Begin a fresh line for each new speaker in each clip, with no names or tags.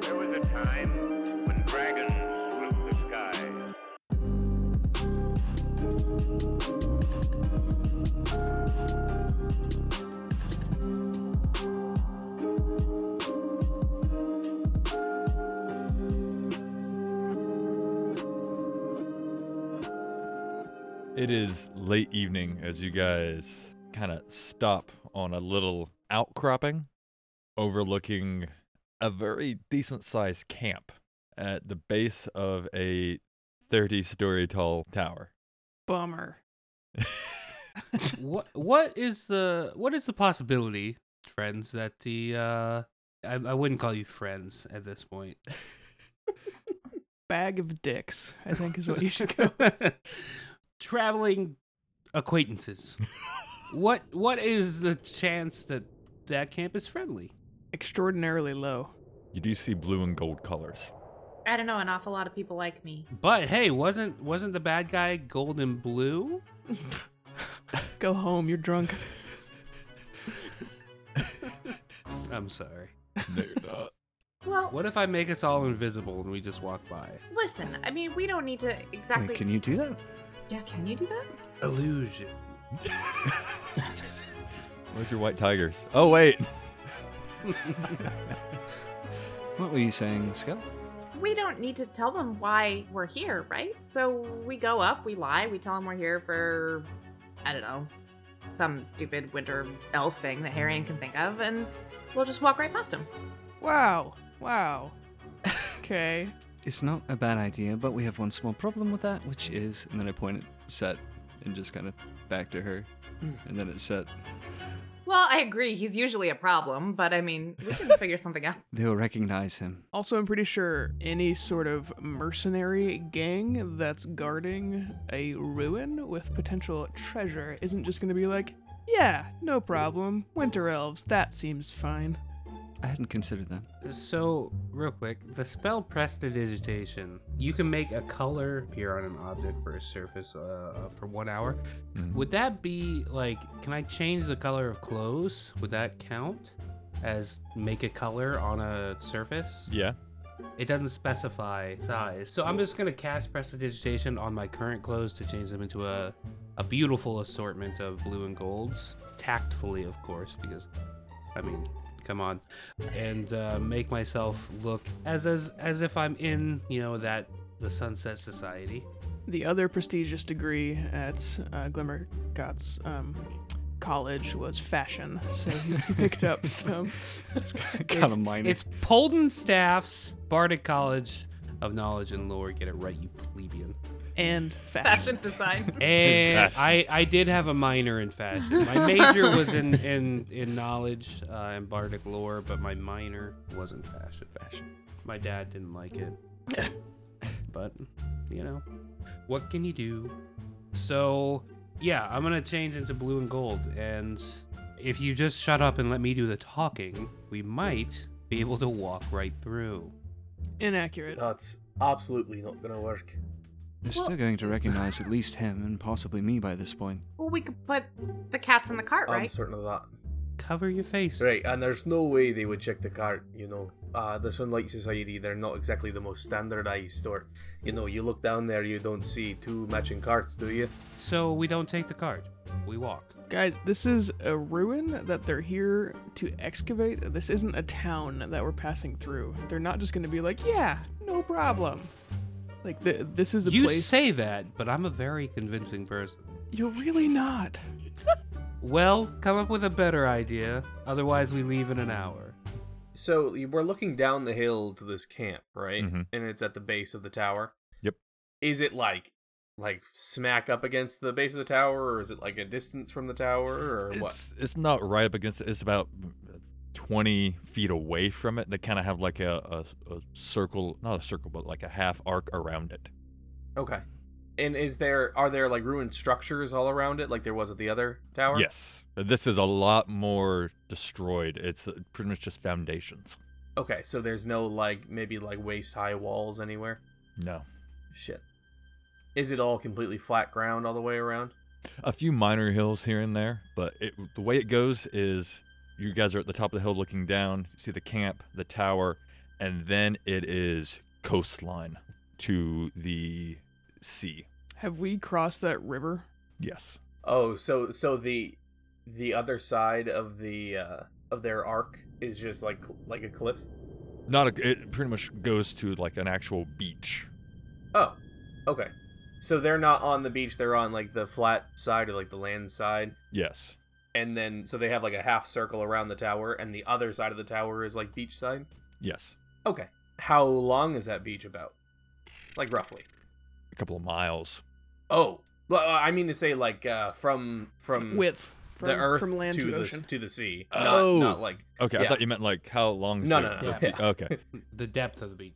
There was a time when dragons ruled the skies.
It is late evening as you guys kind of stop on a little outcropping overlooking a very decent sized camp at the base of a 30 story tall tower.
Bummer.
what what is the what is the possibility, friends, that the uh I, I wouldn't call you friends at this point.
Bag of dicks, I think is what you should go.
Traveling acquaintances. what what is the chance that that camp is friendly?
Extraordinarily low.
You do see blue and gold colors.
I don't know, an awful lot of people like me.
But hey, wasn't wasn't the bad guy gold and blue?
Go home, you're drunk.
I'm sorry.
No, you're not.
Well,
What if I make us all invisible and we just walk by?
listen, I mean, we don't need to exactly.
Wait, can you do that?
Yeah, can you do that?
Illusion.
Where's your white tigers? Oh, wait.
What were you saying, Scott?
We don't need to tell them why we're here, right? So we go up, we lie, we tell them we're here for, I don't know, some stupid winter elf thing that Harrion can think of, and we'll just walk right past them.
Wow. Wow. Okay.
It's not a bad idea, but we have one small problem with that, which is, and then I point at Set and just kind of back to her, and then it's Set.
Well, I agree. He's usually a problem, but I mean, we can figure something out.
They will recognize him.
Also, I'm pretty sure any sort of mercenary gang that's guarding a ruin with potential treasure isn't just going to be like, yeah, no problem. Winter elves, that seems fine.
I hadn't considered that.
So, real quick, the spell prestidigitation, you can make a color appear on an object for a surface uh, for one hour.
Mhm.
Would that be like, can I change the color of clothes? Would that count as make a color on a surface?
Yeah.
It doesn't specify size. So, I'm just going to cast prestidigitation on my current clothes to change them into a, a beautiful assortment of blue and golds. Tactfully, of course, because, I mean, come on and uh, make myself look as as as if I'm in you know that the Sunset Society.
The other prestigious degree at uh, Glimmergott's um, college was fashion, so he picked up some.
It's kind of minor.
It's Polden Staff's Bardic College of Knowledge and Lore. Get it right, you plebeian.
And fashion.
Fashion design.
And
Fashion.
I I did have a minor in fashion. My major was in in in knowledge uh, and Bardic lore, but my minor was in fashion. Fashion. My dad didn't like it, but you know, what can you do? So, yeah, I'm gonna change into blue and gold. And if you just shut up and let me do the talking, we might be able to walk right through.
Inaccurate.
That's absolutely not going to work.
They're still going to recognize at least him and possibly me by this point.
Well, we could put the cats in the cart,
I'm
right?
certain of that.
Cover your face.
Right, and there's no way they would check the cart, you know. Uh, the Sunlight Society, they're not exactly the most standardized store. You know, you look down there, you don't see two matching carts, do you?
So we don't take the card. We walk.
Guys, this is a ruin that they're here to excavate. This isn't a town that we're passing through. They're not just going to be like, yeah, no problem. Like, th- this is a
you
place.
say that, but I'm a very convincing person.
You're really not.
Well, come up with a better idea. Otherwise, we leave in an hour.
So you- we're looking down the hill to this camp, right?
Mhm.
And it's at the base of the tower.
Yep.
Is it like, like smack up against the base of the tower, or is it like a distance from the tower, or what?
It's, it's not right up against it. It's about 20 feet away from it. They kind of have like a, a, a circle, not a circle, but like a half arc around it.
Okay. And is there are there like ruined structures all around it, like there was at the other tower?
Yes. This is a lot more destroyed. It's uh, pretty much just foundations.
Okay, so there's no like maybe like waist high walls anywhere.
No.
Shit. Is it all completely flat ground all the way around?
A few minor hills here and there, but it, the way it goes is you guys are at the top of the hill looking down. You see the camp, the tower, and then it is coastline to the sea.
Have we crossed that river?
Yes.
Oh, so so the the other side of the uh of their arc is just like like a cliff.
Not a, it pretty much goes to like an actual beach.
Oh, okay. So they're not on the beach; they're on like the flat side or like the land side,
Yes.
and then so they have like a half circle around the tower, and the other side of the tower is like beachside.
Yes.
Okay. How long is that beach about? Like roughly.
A couple of miles.
Oh, well, uh, I mean to say like uh from
Hmm.
from
With from,
the earth
from land to,
to, the
ocean.
to the sea.
Oh.
Not, not like
Okay, I
Yeah.
thought you meant like how long is
no
it?
no no.
Yeah.
Yeah.
Okay.
The depth of the beach.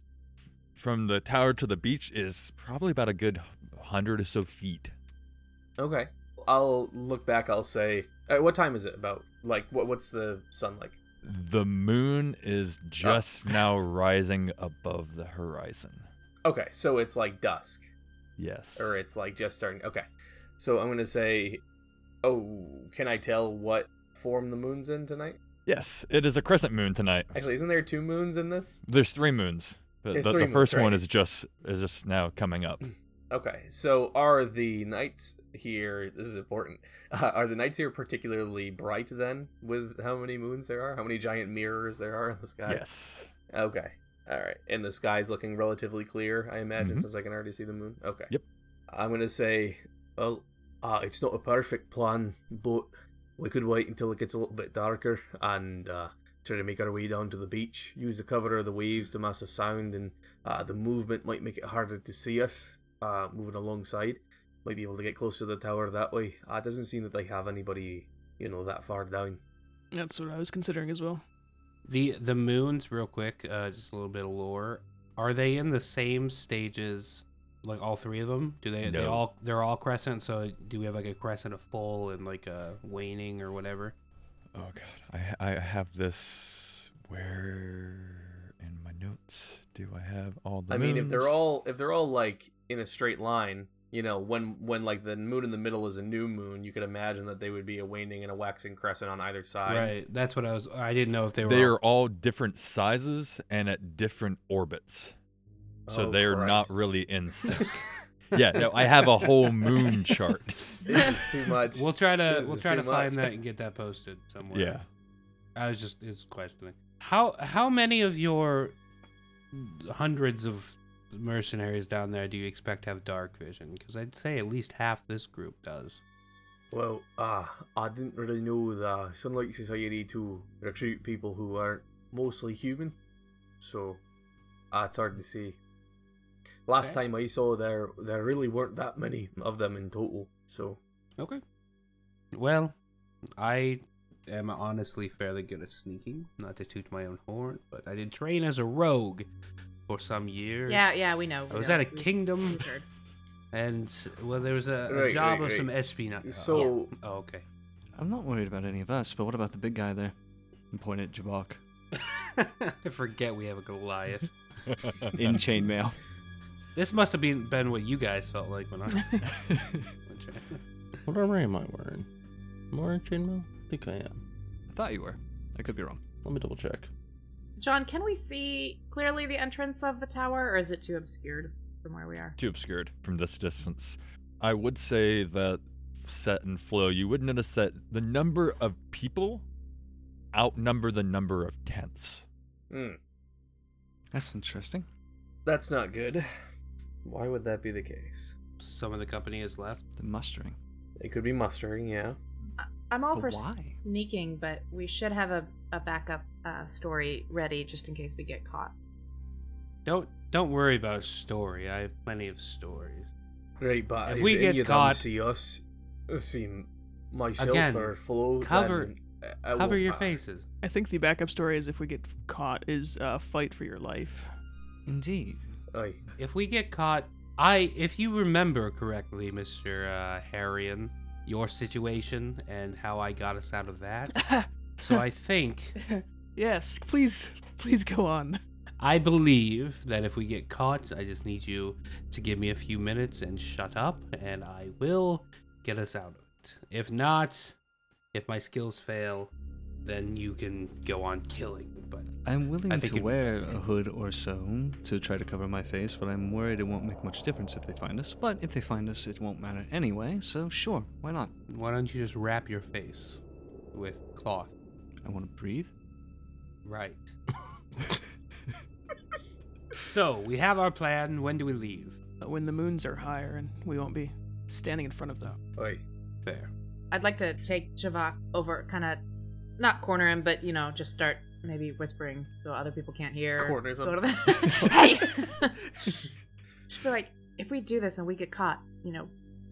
From the tower to the beach is probably about a good hundred or so feet.
Okay. I'll look back. I'll say, uh, what time is it about? Like, what what's the sun like?
The moon is just now rising above the horizon.
Okay, so it's like dusk,
Yes.
or it's like just starting. Okay, so I'm gonna say, oh, can I tell what form the moon's in tonight?
Yes, it is a crescent moon tonight.
Actually, isn't there two moons in this?
There's three moons. but The,
There's
the
three moons,
first one
right.
is just is just now coming up.
Okay, so are the nights here? This is important. Uh, are the nights here particularly bright then, with how many moons there are, how many giant mirrors there are in the sky?
Yes.
Okay. All right. And the sky's looking relatively clear, I imagine,
Mhm.
since I can already see the moon. Okay.
Yep.
I'm going to say, well, uh, it's not a perfect plan, but we could wait until it gets a little bit darker and uh, try to make our way down to the beach, use the cover of the waves to mask the sound, and uh, the movement might make it harder to see us uh, moving alongside. Might be able to get closer to the tower that way. Uh, it doesn't seem that they have anybody, you know, that far down.
That's what I was considering as well.
The the moons, real quick, uh, just a little bit of lore. Are they in the same stages, like all three of them? Do they? They
No.
all they're all crescent. So do we have like a crescent, a full, and like a waning or whatever?
Oh god, I I have this where in my notes do I have all the
I mean, if they're
moons?
all if they're all like in a straight line, you know, when when like the moon in the middle is a new moon, you could imagine that they would be a waning and a waxing crescent on either side.
right. That's what I was. I didn't know if they were.
they
all-
are all different sizes and at different orbits. So
Oh,
they're not
Christ.
really in sync. yeah, no, I have a whole moon chart.
This is too much.
We'll try to
This
we'll
is
try to
too
find
much.
that and get that posted somewhere.
Yeah.
I was just is questioning how how many of your hundreds of mercenaries down there do you expect to have dark vision? Because I'd say at least half this group does.
Well, uh, I didn't really know the Sunlight Society to recruit people who aren't mostly human, so uh, it's hard to see. Last
Okay.
time I saw there, there really weren't that many of them in total. So
Okay. Well, I am honestly fairly good at sneaking. Not to toot my own horn, but I did train as a rogue for some years.
Yeah, yeah, we know.
I
we
was
know.
at a
We-
kingdom.
we've heard.
And well, there was a, a
Right,
job
right,
of
right.
some espionage.
So-
oh, oh, okay.
I'm not worried about any of us, but what about the big guy there? And point at Jabak
I forget we have a Goliath.
in chainmail.
This must have been been what you guys felt like when I. when tra-
What armor am I wearing? Am I wearing chainmail? I think I am.
I thought you were. I could be wrong.
Let me double check.
John, can we see clearly the entrance of the tower, or is it too obscured from where we are?
Too obscured from this distance. I would say that set and flow, you would notice that the number of people outnumber the number of tents.
hmm,
That's interesting.
that's not good. Why would that be the case?
Some of the company is left.
The mustering.
It could be mustering, yeah.
I'm all
But
for
why?
sneaking, but we should have a, a backup uh, story ready just in case we get caught.
Don't don't worry about story. I have plenty of stories.
Right, but
If
if
we
any
get
of them
caught-
see us, see myself
Again,
or Flo,
cover-
then it- it won't
Cover your
matter.
faces.
I think the backup story is if we get caught is uh, fight for your life.
Indeed.
Aye.
If we get caught, I if you remember correctly, Mister uh, Harrion, your situation and how I got us out of that. so I think
yes, please, please go on.
I believe that if we get caught, I just need you to give me a few minutes and shut up, and I will get us out of it. If not, if my skills fail, then you can go on killing. But
I'm willing
I
to
think it-
wear a hood or so to try to cover my face, but I'm worried it won't make much difference if they find us. But if they find us, it won't matter anyway, so sure, why not?
Why don't you just wrap your face with cloth?
I want to breathe.
Right. so we have our plan. When do we leave?
When the moons are higher and we won't be standing in front of them.
Oi.
Fair.
I'd like to take Javak over, kind of not corner him, but you know, just start maybe whispering so other people can't hear.
Corner him.
Go to the- hey, just be like, if we do this and we get caught, you know,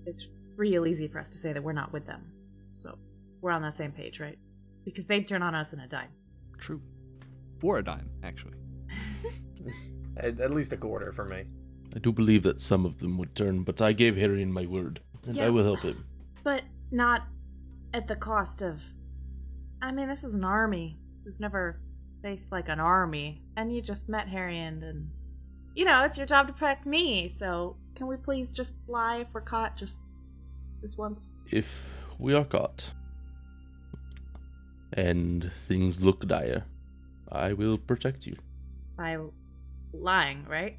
it's real easy for us to say that we're not with them. So we're on that same page, right? Because they'd turn on us in a dime.
True. For a dime, actually.
At, at least a quarter for me.
I do believe that some of them would turn, but I gave Harrion my word, and
Yeah.
I will help him.
But not at the cost of. I mean, this is an army. We've never faced like an army, and you just met Harriet, and you know it's your job to protect me. So can we please just lie if we're caught, just this once?
If we are caught and things look dire, I will protect you
By lying, right?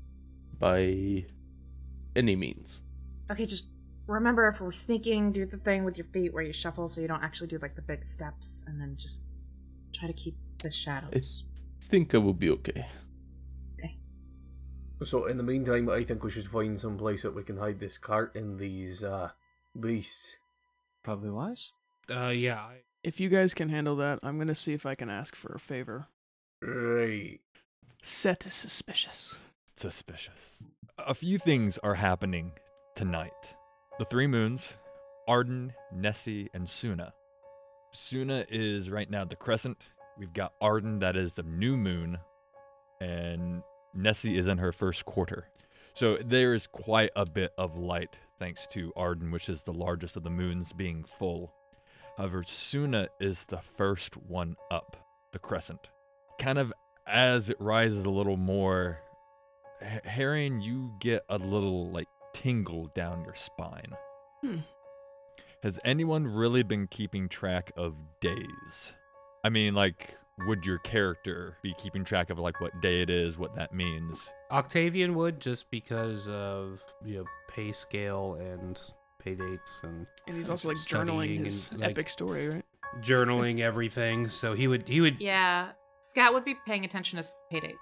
by any means.
okay, just remember if we're sneaking, do the thing with your feet where you shuffle, so you don't actually do like the big steps, and then just try to keep the shadows.
Think I will be okay.
So in the meantime, I think we should find some place that we can hide this cart and these uh, beasts.
Probably wise.
Uh, yeah. I-
If you guys can handle that, I'm gonna see if I can ask for a favor.
Right.
Set is suspicious.
Suspicious. A few things are happening tonight. The three moons, Arden, Nessie, and Suna. Suna is right now the crescent. We've got Arden, that is the new moon, and Nessie is in her first quarter. So there is quite a bit of light thanks to Arden, which is the largest of the moons, being full. However, Suna is the first one up, the crescent. Kind of as it rises a little more, H- Harrion, you get a little like tingle down your spine.
Hmm.
Has anyone really been keeping track of days? I mean, like, would your character be keeping track of like what day it is, what that means?
Octavian would just because of you know pay scale and pay dates and
And he's also like
Studying
journaling
and,
his
like-
epic story, right?
journaling everything. So he would he would
Yeah, Scout would be paying attention to paydates.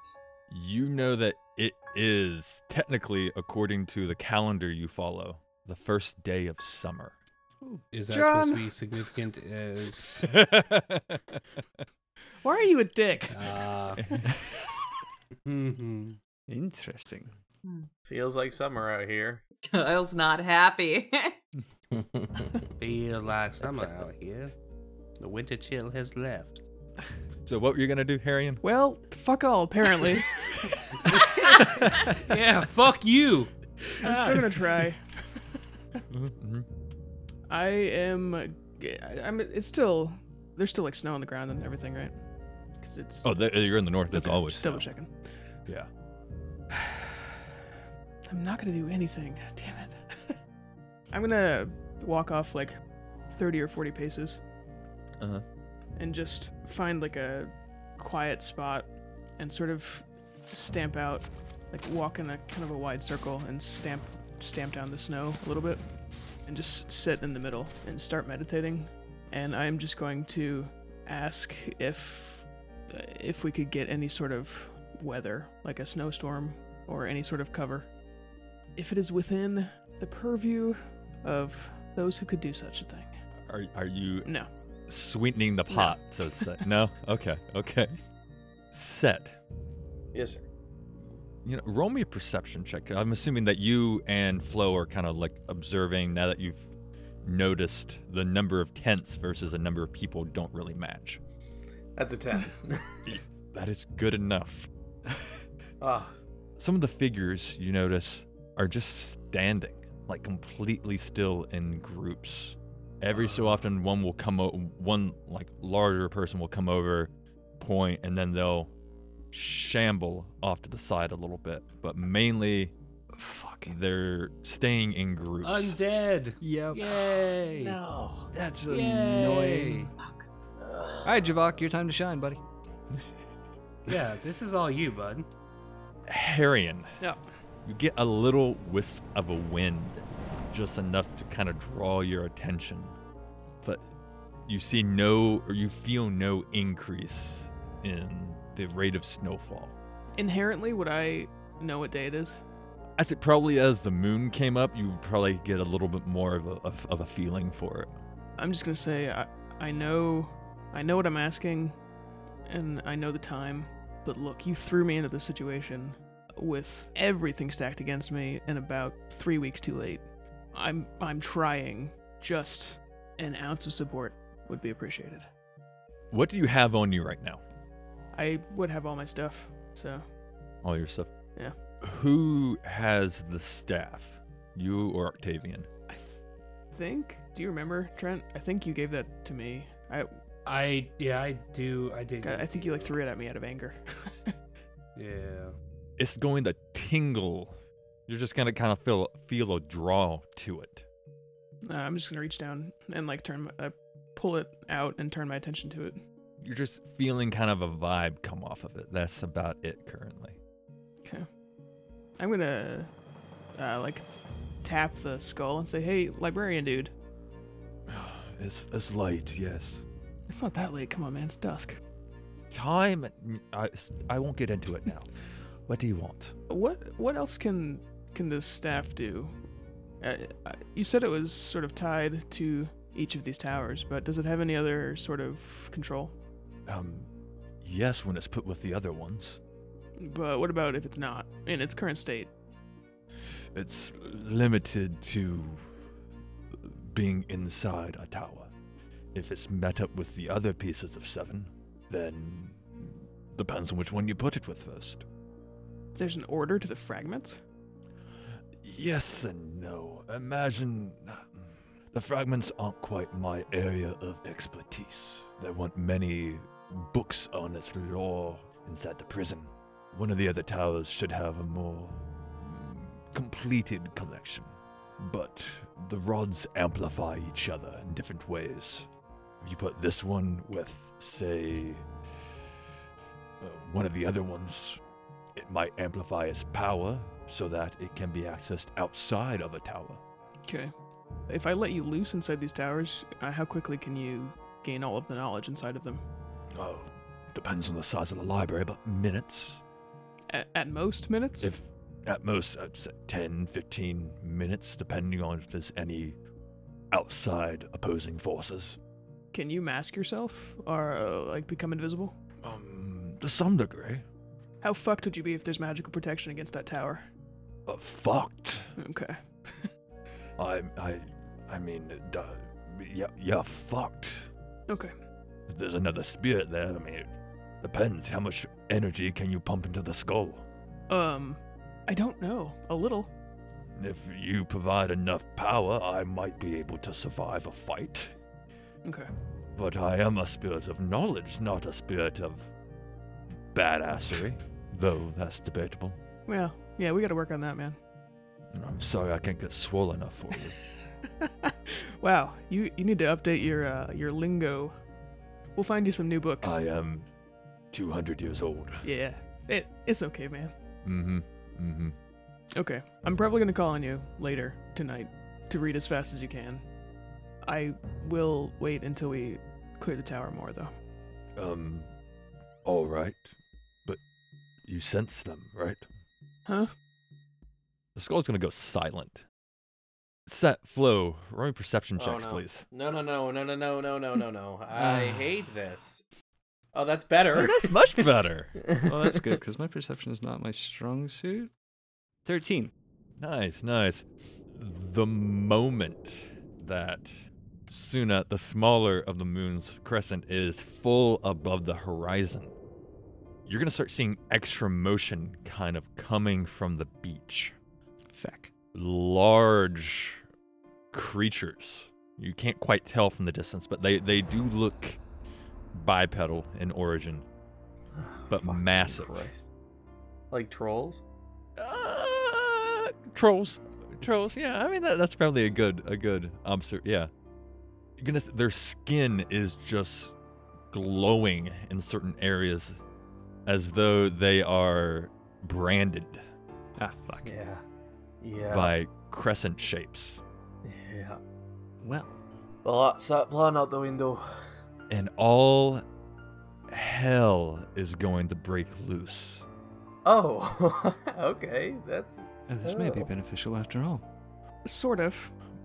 You know that it is technically, according to the calendar you follow, the first day of summer.
is that supposed to be significant as
Why are you a dick?
uh, mhm.
Interesting.
Feels like summer out here.
Kyle's not happy.
feel like summer out here. The winter chill has left.
so, what were you gonna do, Harrion?
Well, fuck all, apparently.
yeah, fuck you.
I'm still gonna try.
Mhm.
I am. uh, g- I- I'm. It's still. There's still like snow on the ground and everything, right? Because it's.
Oh, there, you're in the north. That's
Okay,
always
Just double
snow.
checking.
Yeah.
I'm not gonna do anything. Damn it. I'm gonna walk off like 30 or 40 paces
Uh-huh.
and just find like a quiet spot and sort of stamp out, like walk in a kind of a wide circle and stamp stamp down the snow a little bit and just sit in the middle and start meditating. And I'm just going to ask if if we could get any sort of weather, like a snowstorm or any sort of cover, if it is within the purview of those who could do such a thing.
Are are you
No.
sweetening the pot? So it's like, no. Okay. Okay. Set.
Yes, sir.
You know, roll me a perception check. I'm assuming that you and Flo are kind of like observing now that you've noticed the number of tents versus the number of people don't really match.
That's a 10.
That is good enough.
Ah,
Some of the figures you notice are just standing, like completely still in groups. Every so often, one will come, o- one like larger person will come over, point, and then they'll shamble off to the side a little bit. But mainly,
Fucking.
they're staying in groups.
Undead.
Yep.
Yay.
No, that's
Yay.
annoying. All right, Javak, your time to shine, buddy.
Yeah, this is all you, bud.
Harrion,
Yeah.
you get a little wisp of a wind, just enough to kind of draw your attention. But you see no, or you feel no increase in the rate of snowfall.
Inherently, would I know what day it is?
As it probably as the moon came up, you would probably get a little bit more of a, of, of a feeling for it.
I'm just gonna say I, I know, I know what I'm asking, and I know the time. But look, you threw me into this situation with everything stacked against me, and about three weeks too late. I'm I'm trying. Just an ounce of support would be appreciated.
What do you have on you right now?
I would have all my stuff, so
All your stuff.
Yeah.
Who has the staff? You or Octavian?
I th- think. Do you remember, Trent? I think you gave that to me. I
I yeah, I do. I did.
God, I think you like threw it at me out of anger.
Yeah.
It's going to tingle. You're just gonna kind of feel feel a draw to it.
Uh, I'm just gonna reach down and like turn, my, uh, pull it out and turn my attention to it.
You're just feeling kind of a vibe come off of it. That's about it currently.
I'm gonna uh, like tap the skull and say, "Hey, librarian dude,
It's it's light, yes.
it's not that late. Come on, man, it's dusk.
Time. I I won't get into it now. what do you want?
What what else can can this staff do? Uh, uh, you said it was sort of tied to each of these towers, but does it have any other sort of control?
Um, yes, when it's put with the other ones.
But what about if it's not in its current state?
It's limited to being inside a tower. If it's met up with the other pieces of seven, then depends on which one you put it with first.
There's an order to the fragments.
Yes and no. Imagine the fragments aren't quite my area of expertise. There weren't many books on its lore inside the prison. One of the other towers should have a more mm, completed collection, but the rods amplify each other in different ways. If you put this one with, say, uh, one of the other ones, it might amplify its power so that it can be accessed outside of a tower.
Okay. If I let you loose inside these towers, uh, how quickly can you gain all of the knowledge inside of them?
Oh, depends on the size of the library, but minutes.
At, at most minutes?
If at most I'd say 10, 15 minutes, depending on if there's any outside opposing forces.
can you mask yourself or uh, like become invisible?
Um, to some degree.
How fucked would you be if there's magical protection against that tower?
But fucked.
Okay.
I, I, I mean, duh, yeah, yeah, fucked.
Okay.
If there's another spirit there, I mean, it depends. How much energy can you pump into the skull?
Um, I don't know. A little.
If you provide enough power, I might be able to survive a fight.
Okay.
But I am a spirit of knowledge, not a spirit of badassery. Though that's debatable.
Well, yeah, we gotta work on that, man.
And I'm sorry I can't get swole enough for you.
wow, you you need to update your uh, your lingo. We'll find you some new books.
I am 200 years old.
yeah. It it's okay, man.
Mm-hmm. Mm-hmm.
Okay. I'm probably going to call on you later tonight to read as fast as you can. I will wait until we clear the tower more, though.
Um, all right. But you sense them, right?
Huh?
The skull's gonna go silent. Set, flow, roll me perception
Oh,
checks,
no.
please.
No, no, no, no, no, no, no, no, no, no. I hate this. Oh, that's better.
That's much better.
Well, that's good because my perception is not my strong suit. 13.
Nice, nice. The moment that Suna, the smaller of the moon's crescent, is full above the horizon, you're going to start seeing extra motion kind of coming from the beach.
Feck.
Large creatures. You can't quite tell from the distance, but they, they do look bipedal in origin. But
Fucking
massive.
Christ. Like trolls?
Uh, trolls, trolls. Yeah, I mean that, that's probably a good a good obser. Yeah, You're gonna s- their skin is just glowing in certain areas, as though they are branded
Ah, fuck.
Yeah. Yeah.
by crescent shapes.
Yeah.
Well,
Well, that's that plan out the window.
And all hell is going to break loose.
Oh, okay. That's
uh, this may be
Oh.
beneficial after all.
Sort of.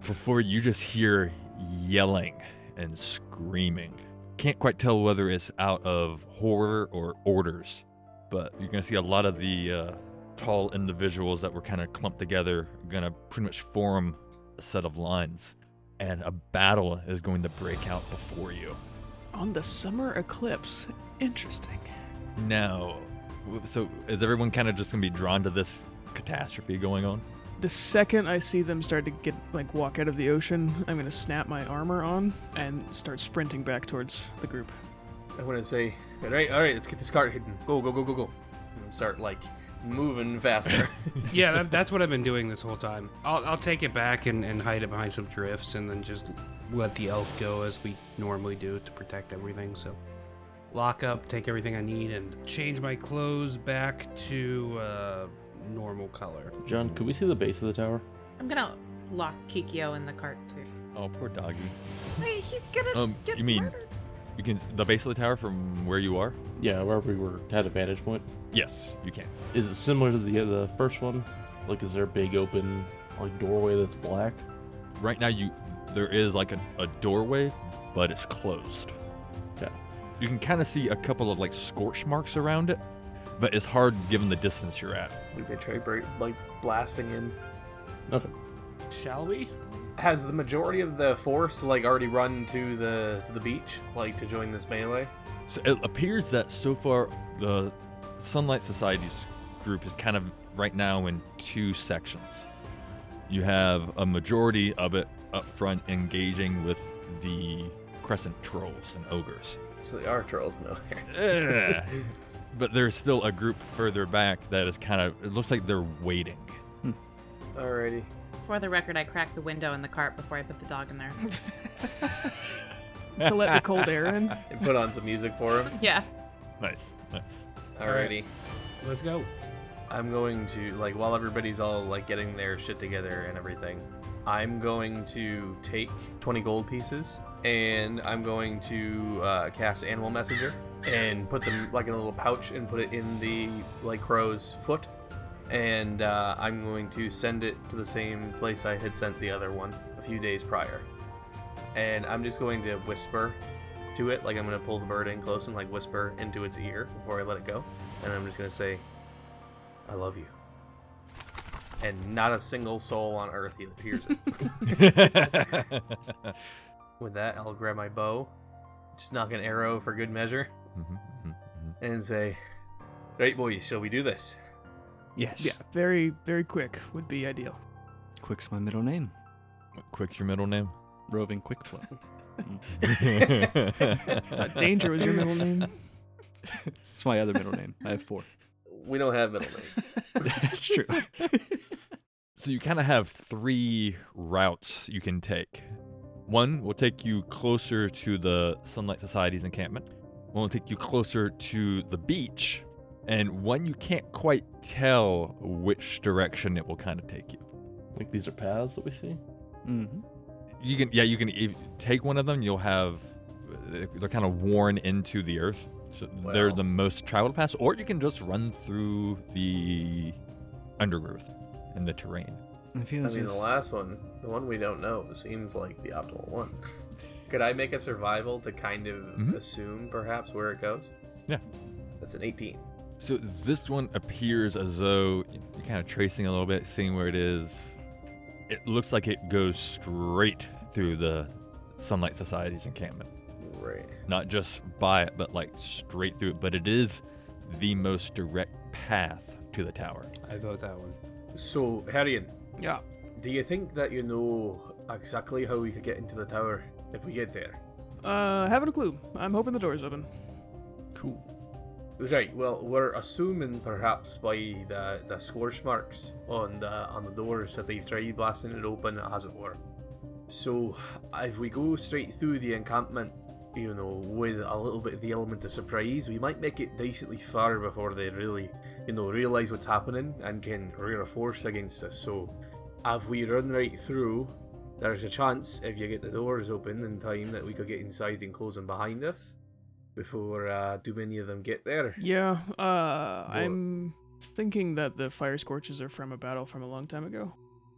before you just hear yelling and screaming. Can't quite tell whether it's out of horror or orders, but you're gonna see a lot of the uh, tall individuals that were kind of clumped together gonna pretty much form a set of lines, and a battle is going to break out before you.
On the summer eclipse. Interesting.
Now, w- so is everyone kind of just gonna be drawn to this catastrophe going on?
The second I see them start to get like walk out of the ocean, I'm gonna snap my armor on and start sprinting back towards the group.
I'm gonna say, all right, all right, let's get this cart hidden. Go, go, go, go, go. And start like moving faster.
yeah, that, that's what I've been doing this whole time. I'll, I'll take it back and, and hide it behind some drifts and then just let the elf go as we normally do to protect everything. So, lock up, take everything I need, and change my clothes back to uh, normal color.
John, could we see the base of the tower?
I'm gonna lock Kikyo in the cart too.
Oh, poor doggy.
Wait, he's gonna
Um,
get
you mean-
murdered.
You can the base of the tower from where you are.
Yeah, where we were had a vantage point.
Yes, you can.
Is it similar to the the first one? Like, is there a big open like doorway that's black?
right now you there is like a, a doorway but it's closed
Okay.
you can kind of see a couple of like scorch marks around it but it's hard given the distance you're at
like they try break, like blasting in.
Okay.
Shall we?
Has the majority of the force like already run to the to the beach, like to join this melee?
so it appears that so far the sunlight society's group is kind of right now in two sections you have a majority of it up front engaging with the crescent trolls and ogres
So they are trolls now.
Ugh. Eh. but there's still a group further back that is kind of it looks like they're waiting
Alrighty.
For the record, I cracked the window in the cart before I put the dog in there.
To let the cold air in.
And put on some music for him.
yeah.
nice nice
Alrighty.
Let's go.
I'm going to like while everybody's all like getting their shit together and everything. I'm going to take 20 gold pieces and I'm going to uh, cast Animal Messenger and put them like in a little pouch and put it in the like crow's foot. And uh, I'm going to send it to the same place I had sent the other one a few days prior. And I'm just going to whisper to it, like I'm going to pull the bird in close and like whisper into its ear before I let it go. And I'm just going to say, I love you. And not a single soul on earth he hears it.
Mhm,
With that, I'll grab my bow, just knock an arrow for good measure,
mhm, mhm.
and say, Right, boys, shall we do this?
Yes.
Yeah, very, very quick would be ideal.
Quick's my middle name.
Quick's your middle name.
Roving Quickfoot.
Thought danger was your middle name.
It's my other middle name. I have four.
We don't have middle names.
That's true.
So you kind of have three routes you can take. One will take you closer to the Sunlight Society's encampment. One will take you closer to the beach, and one you can't quite tell which direction it will kind of take you.
Like these are paths that we see.
hmm
You can, yeah, you can if, take one of them. You'll have uh, they're kind of worn into the earth, so they're
Wow.
the most traveled paths. Or you can just run through the undergrowth and the terrain.
I feel
I
as
mean,
if
the last one, the one we don't know, seems like the optimal one. Could I make a survival to kind of
Mhm.
assume perhaps where it goes?
Yeah.
That's an 18.
So this one appears as though you're kind of tracing a little bit, seeing where it is. It looks like it goes straight through the Sunlight Society's encampment.
Right.
Not just by it, but like straight through it. But it is the most direct path to the tower.
I vote that one.
So, Harrion,
Yeah.
do you think that you know exactly how we could get into the tower if we get there?
Uh, haven't a clue. I'm hoping the door's open.
cool.
Right. Well, we're assuming perhaps by the the scorch marks on the on the doors that they've tried blasting it open, as it were. So, if we go straight through the encampment, you know, with a little bit of the element of surprise, we might make it decently far before they really, you know, realize what's happening and can rear a force against us. So, if we run right through, there's a chance if you get the doors open in time that we could get inside and close them behind us before uh, too many of them get there.
Yeah, uh, I'm thinking that the fire scorches are from a battle from a long time ago.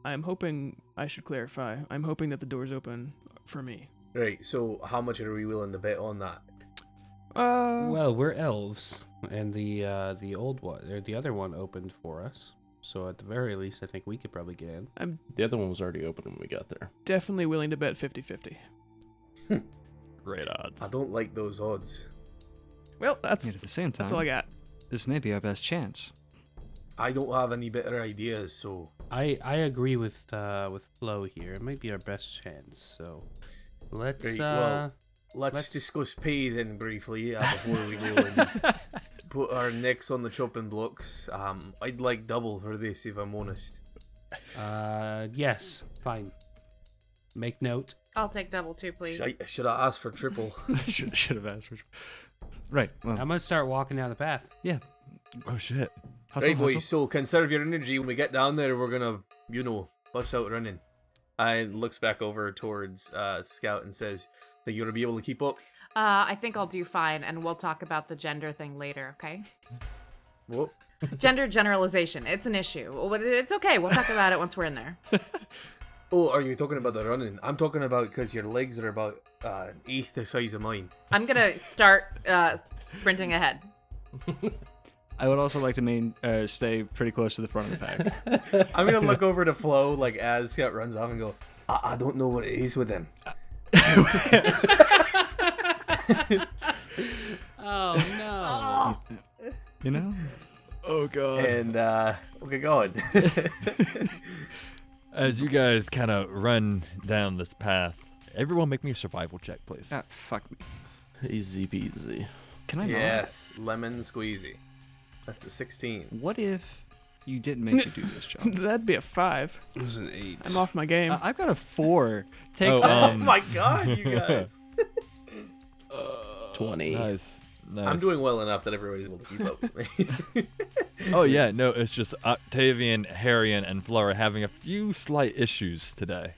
I'm hoping I should clarify. I'm hoping that the doors open for me.
Right. So, how much are we willing to bet on that?
Uh,
Well, we're elves, and the uh, the old one or the other one opened for us. So at the very least, I think we could probably get in.
I'm
The other one was already open when we got there.
definitely willing to bet 50-50.
Great odds.
I don't like those odds.
Well, that's
Yet at the same time,
that's all I got.
this may be our best chance.
I don't have any better ideas, so
I I agree with uh, with Flo here. It might be our best chance. So let's
Great, well,
uh,
let's,
Let's-
discuss pay then briefly uh, before we go and put our necks on the chopping blocks. Um, I'd like double for this, if I'm honest.
uh yes, fine. Make note.
I'll take double two, please.
Shite, I should have asked for triple.
should, should have asked for. Right. Well,
I'm gonna start walking down the path.
yeah.
Oh shit.
Hustle,
right, boys.
hustle.
So conserve your energy. When we get down there, we're gonna, you know, bust out running. And looks back over towards uh, Scout and says, "Think you're gonna be able to keep up?"
Uh, I think I'll do fine, and we'll talk about the gender thing later, okay?
Whoop.
gender generalization, it's an issue. Well, it- It's okay, we'll talk about it once we're in there.
Oh, are you talking about the running? I'm talking about because your legs are about uh, an eighth the size of mine.
I'm gonna start uh, s- sprinting ahead.
I would also like to main uh, stay pretty close to the front of the pack.
I'm gonna look over to Flo like as Scott runs off and go, I, I don't know what it is with them.
Oh no!
you know.
Oh god.
And uh, we'll get going.
As you guys kind of run down this path, everyone make me a survival check, please.
Uh,
Ah, fuck me.
Easy peasy.
Can I? not?
yes, lemon squeezy. That's a 16.
What if you didn't make me do this job?
That'd be a five.
It was an eight.
I'm off my game.
Uh, I- I've got a four. Take
Oh,
that.
um,
My God, you guys!
20.
nice. nice.
I'm doing well enough that everybody's able to keep up with me.
Oh yeah, no, it's just Octavian, Harrion, and Flora having a few slight issues today,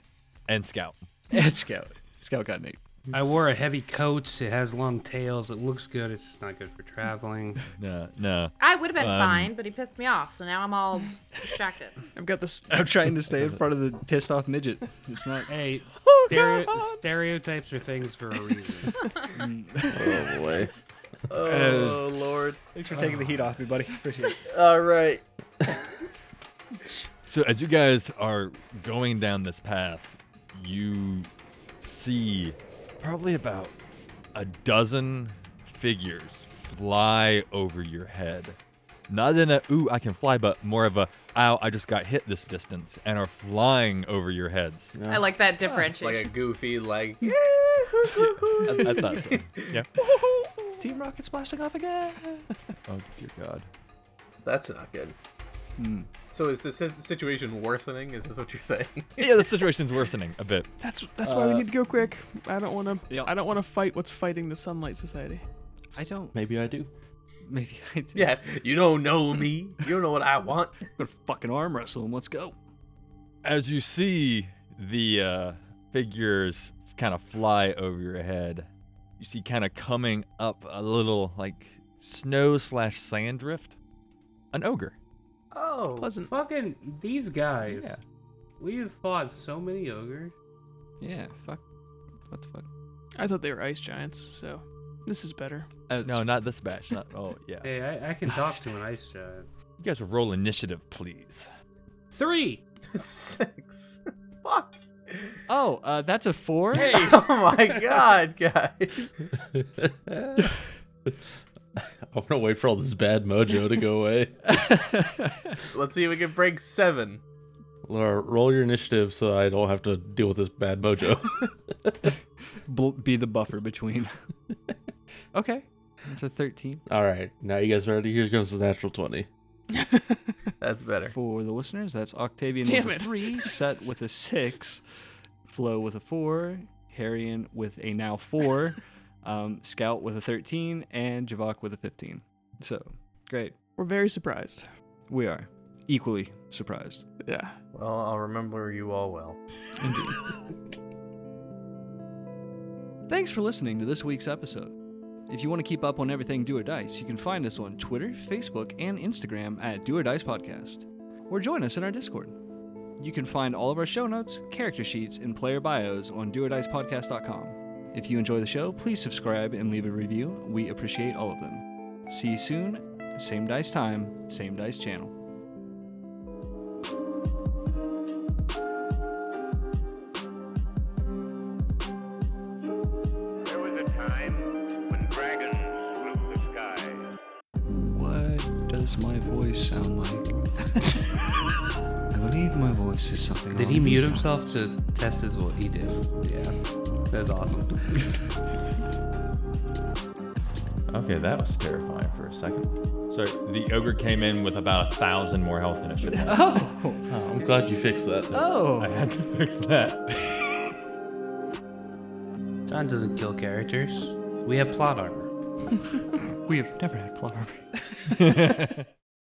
and Scout.
And Scout. Scout got Nate.
I wore a heavy coat. It has long tails. It looks good. It's just not good for traveling.
No, no.
I would have been
Um,
fine, but he pissed me off, so now I'm all distracted.
I've got this.
I'm trying to stay in front of the pissed off midget. It's not.
Hey, stereo- stereotypes are things for a reason.
Oh boy.
As-
oh Lord!
Thanks for taking the heat off me, buddy. Appreciate it.
All right.
So as you guys are going down this path, you see probably about a dozen figures fly over your head. Not in a ooh I can fly, but more of a ow I just got hit this distance, and are flying over your heads.
I like that
like a
differentiation.
goofy, like,
I, I thought so. Yeah.
Team Rocket's blasting off again.
Oh dear God.
that's not good.
Hmm.
So is the si- situation worsening? Is this what you're saying?
Yeah, the situation's worsening a bit.
That's that's why we need to go quick. I don't want to.
Uh, Yeah.
I don't want to fight what's fighting the Sunlight Society.
I don't.
Maybe I do.
Maybe I do.
yeah, you don't know me. You don't know what I want.
I'm gonna fucking arm wrestle him. Let's go.
as you see the uh, figures kind of fly over your head, you see kind of coming up a little like snow slash sand drift, an ogre.
Oh,
Pleasant.
Fucking these guys.
Yeah.
We've fought so many ogres.
Yeah. Fuck. What the fuck?
I thought they were ice giants, so this is better.
Uh,
No, not this bash. Not oh yeah.
Hey, I, I can talk to an ice giant.
You guys roll initiative, please.
Three.
Six. Fuck.
Oh, uh, that's a four.
Oh my God, guys.
I'm gonna wait for all this bad mojo to go away.
Let's see if we can break seven.
Laura, roll your initiative so I don't have to deal with this bad mojo.
Bl- be the buffer between. okay. That's a thirteen
all right, now you guys ready? Here comes the natural twenty.
That's better.
for the listeners. That's Octavian
Damn
with
it.
a three, set with a six, Flo with a four, Harrion with a now four, um, Scout with a 13, and Javak with a 15. So, great.
We're very surprised.
We are equally surprised.
Yeah.
Well, I'll remember you all well.
Thanks for listening to this week's episode. If you want to keep up on everything Do or Dice, you can find us on Twitter, Facebook, and Instagram at Do or Dice Podcast, or join us in our Discord. You can find all of our show notes, character sheets, and player bios on doordicepodcast.com. If you enjoy the show, please subscribe and leave a review. We appreciate all of them. See you soon, same dice time, same dice channel.
There was a time when dragons ruled the skies.
What does my voice sound like? I believe my voice is something.
Did he mute himself to test his what he did? Yeah. That's awesome.
Okay, that was terrifying for a second. So the ogre came in with about a thousand more health than it should have.
Oh,
Oh, I'm glad you fixed that.
I
oh.
had to fix that.
John doesn't kill characters. We have plot armor.
We have never had plot armor.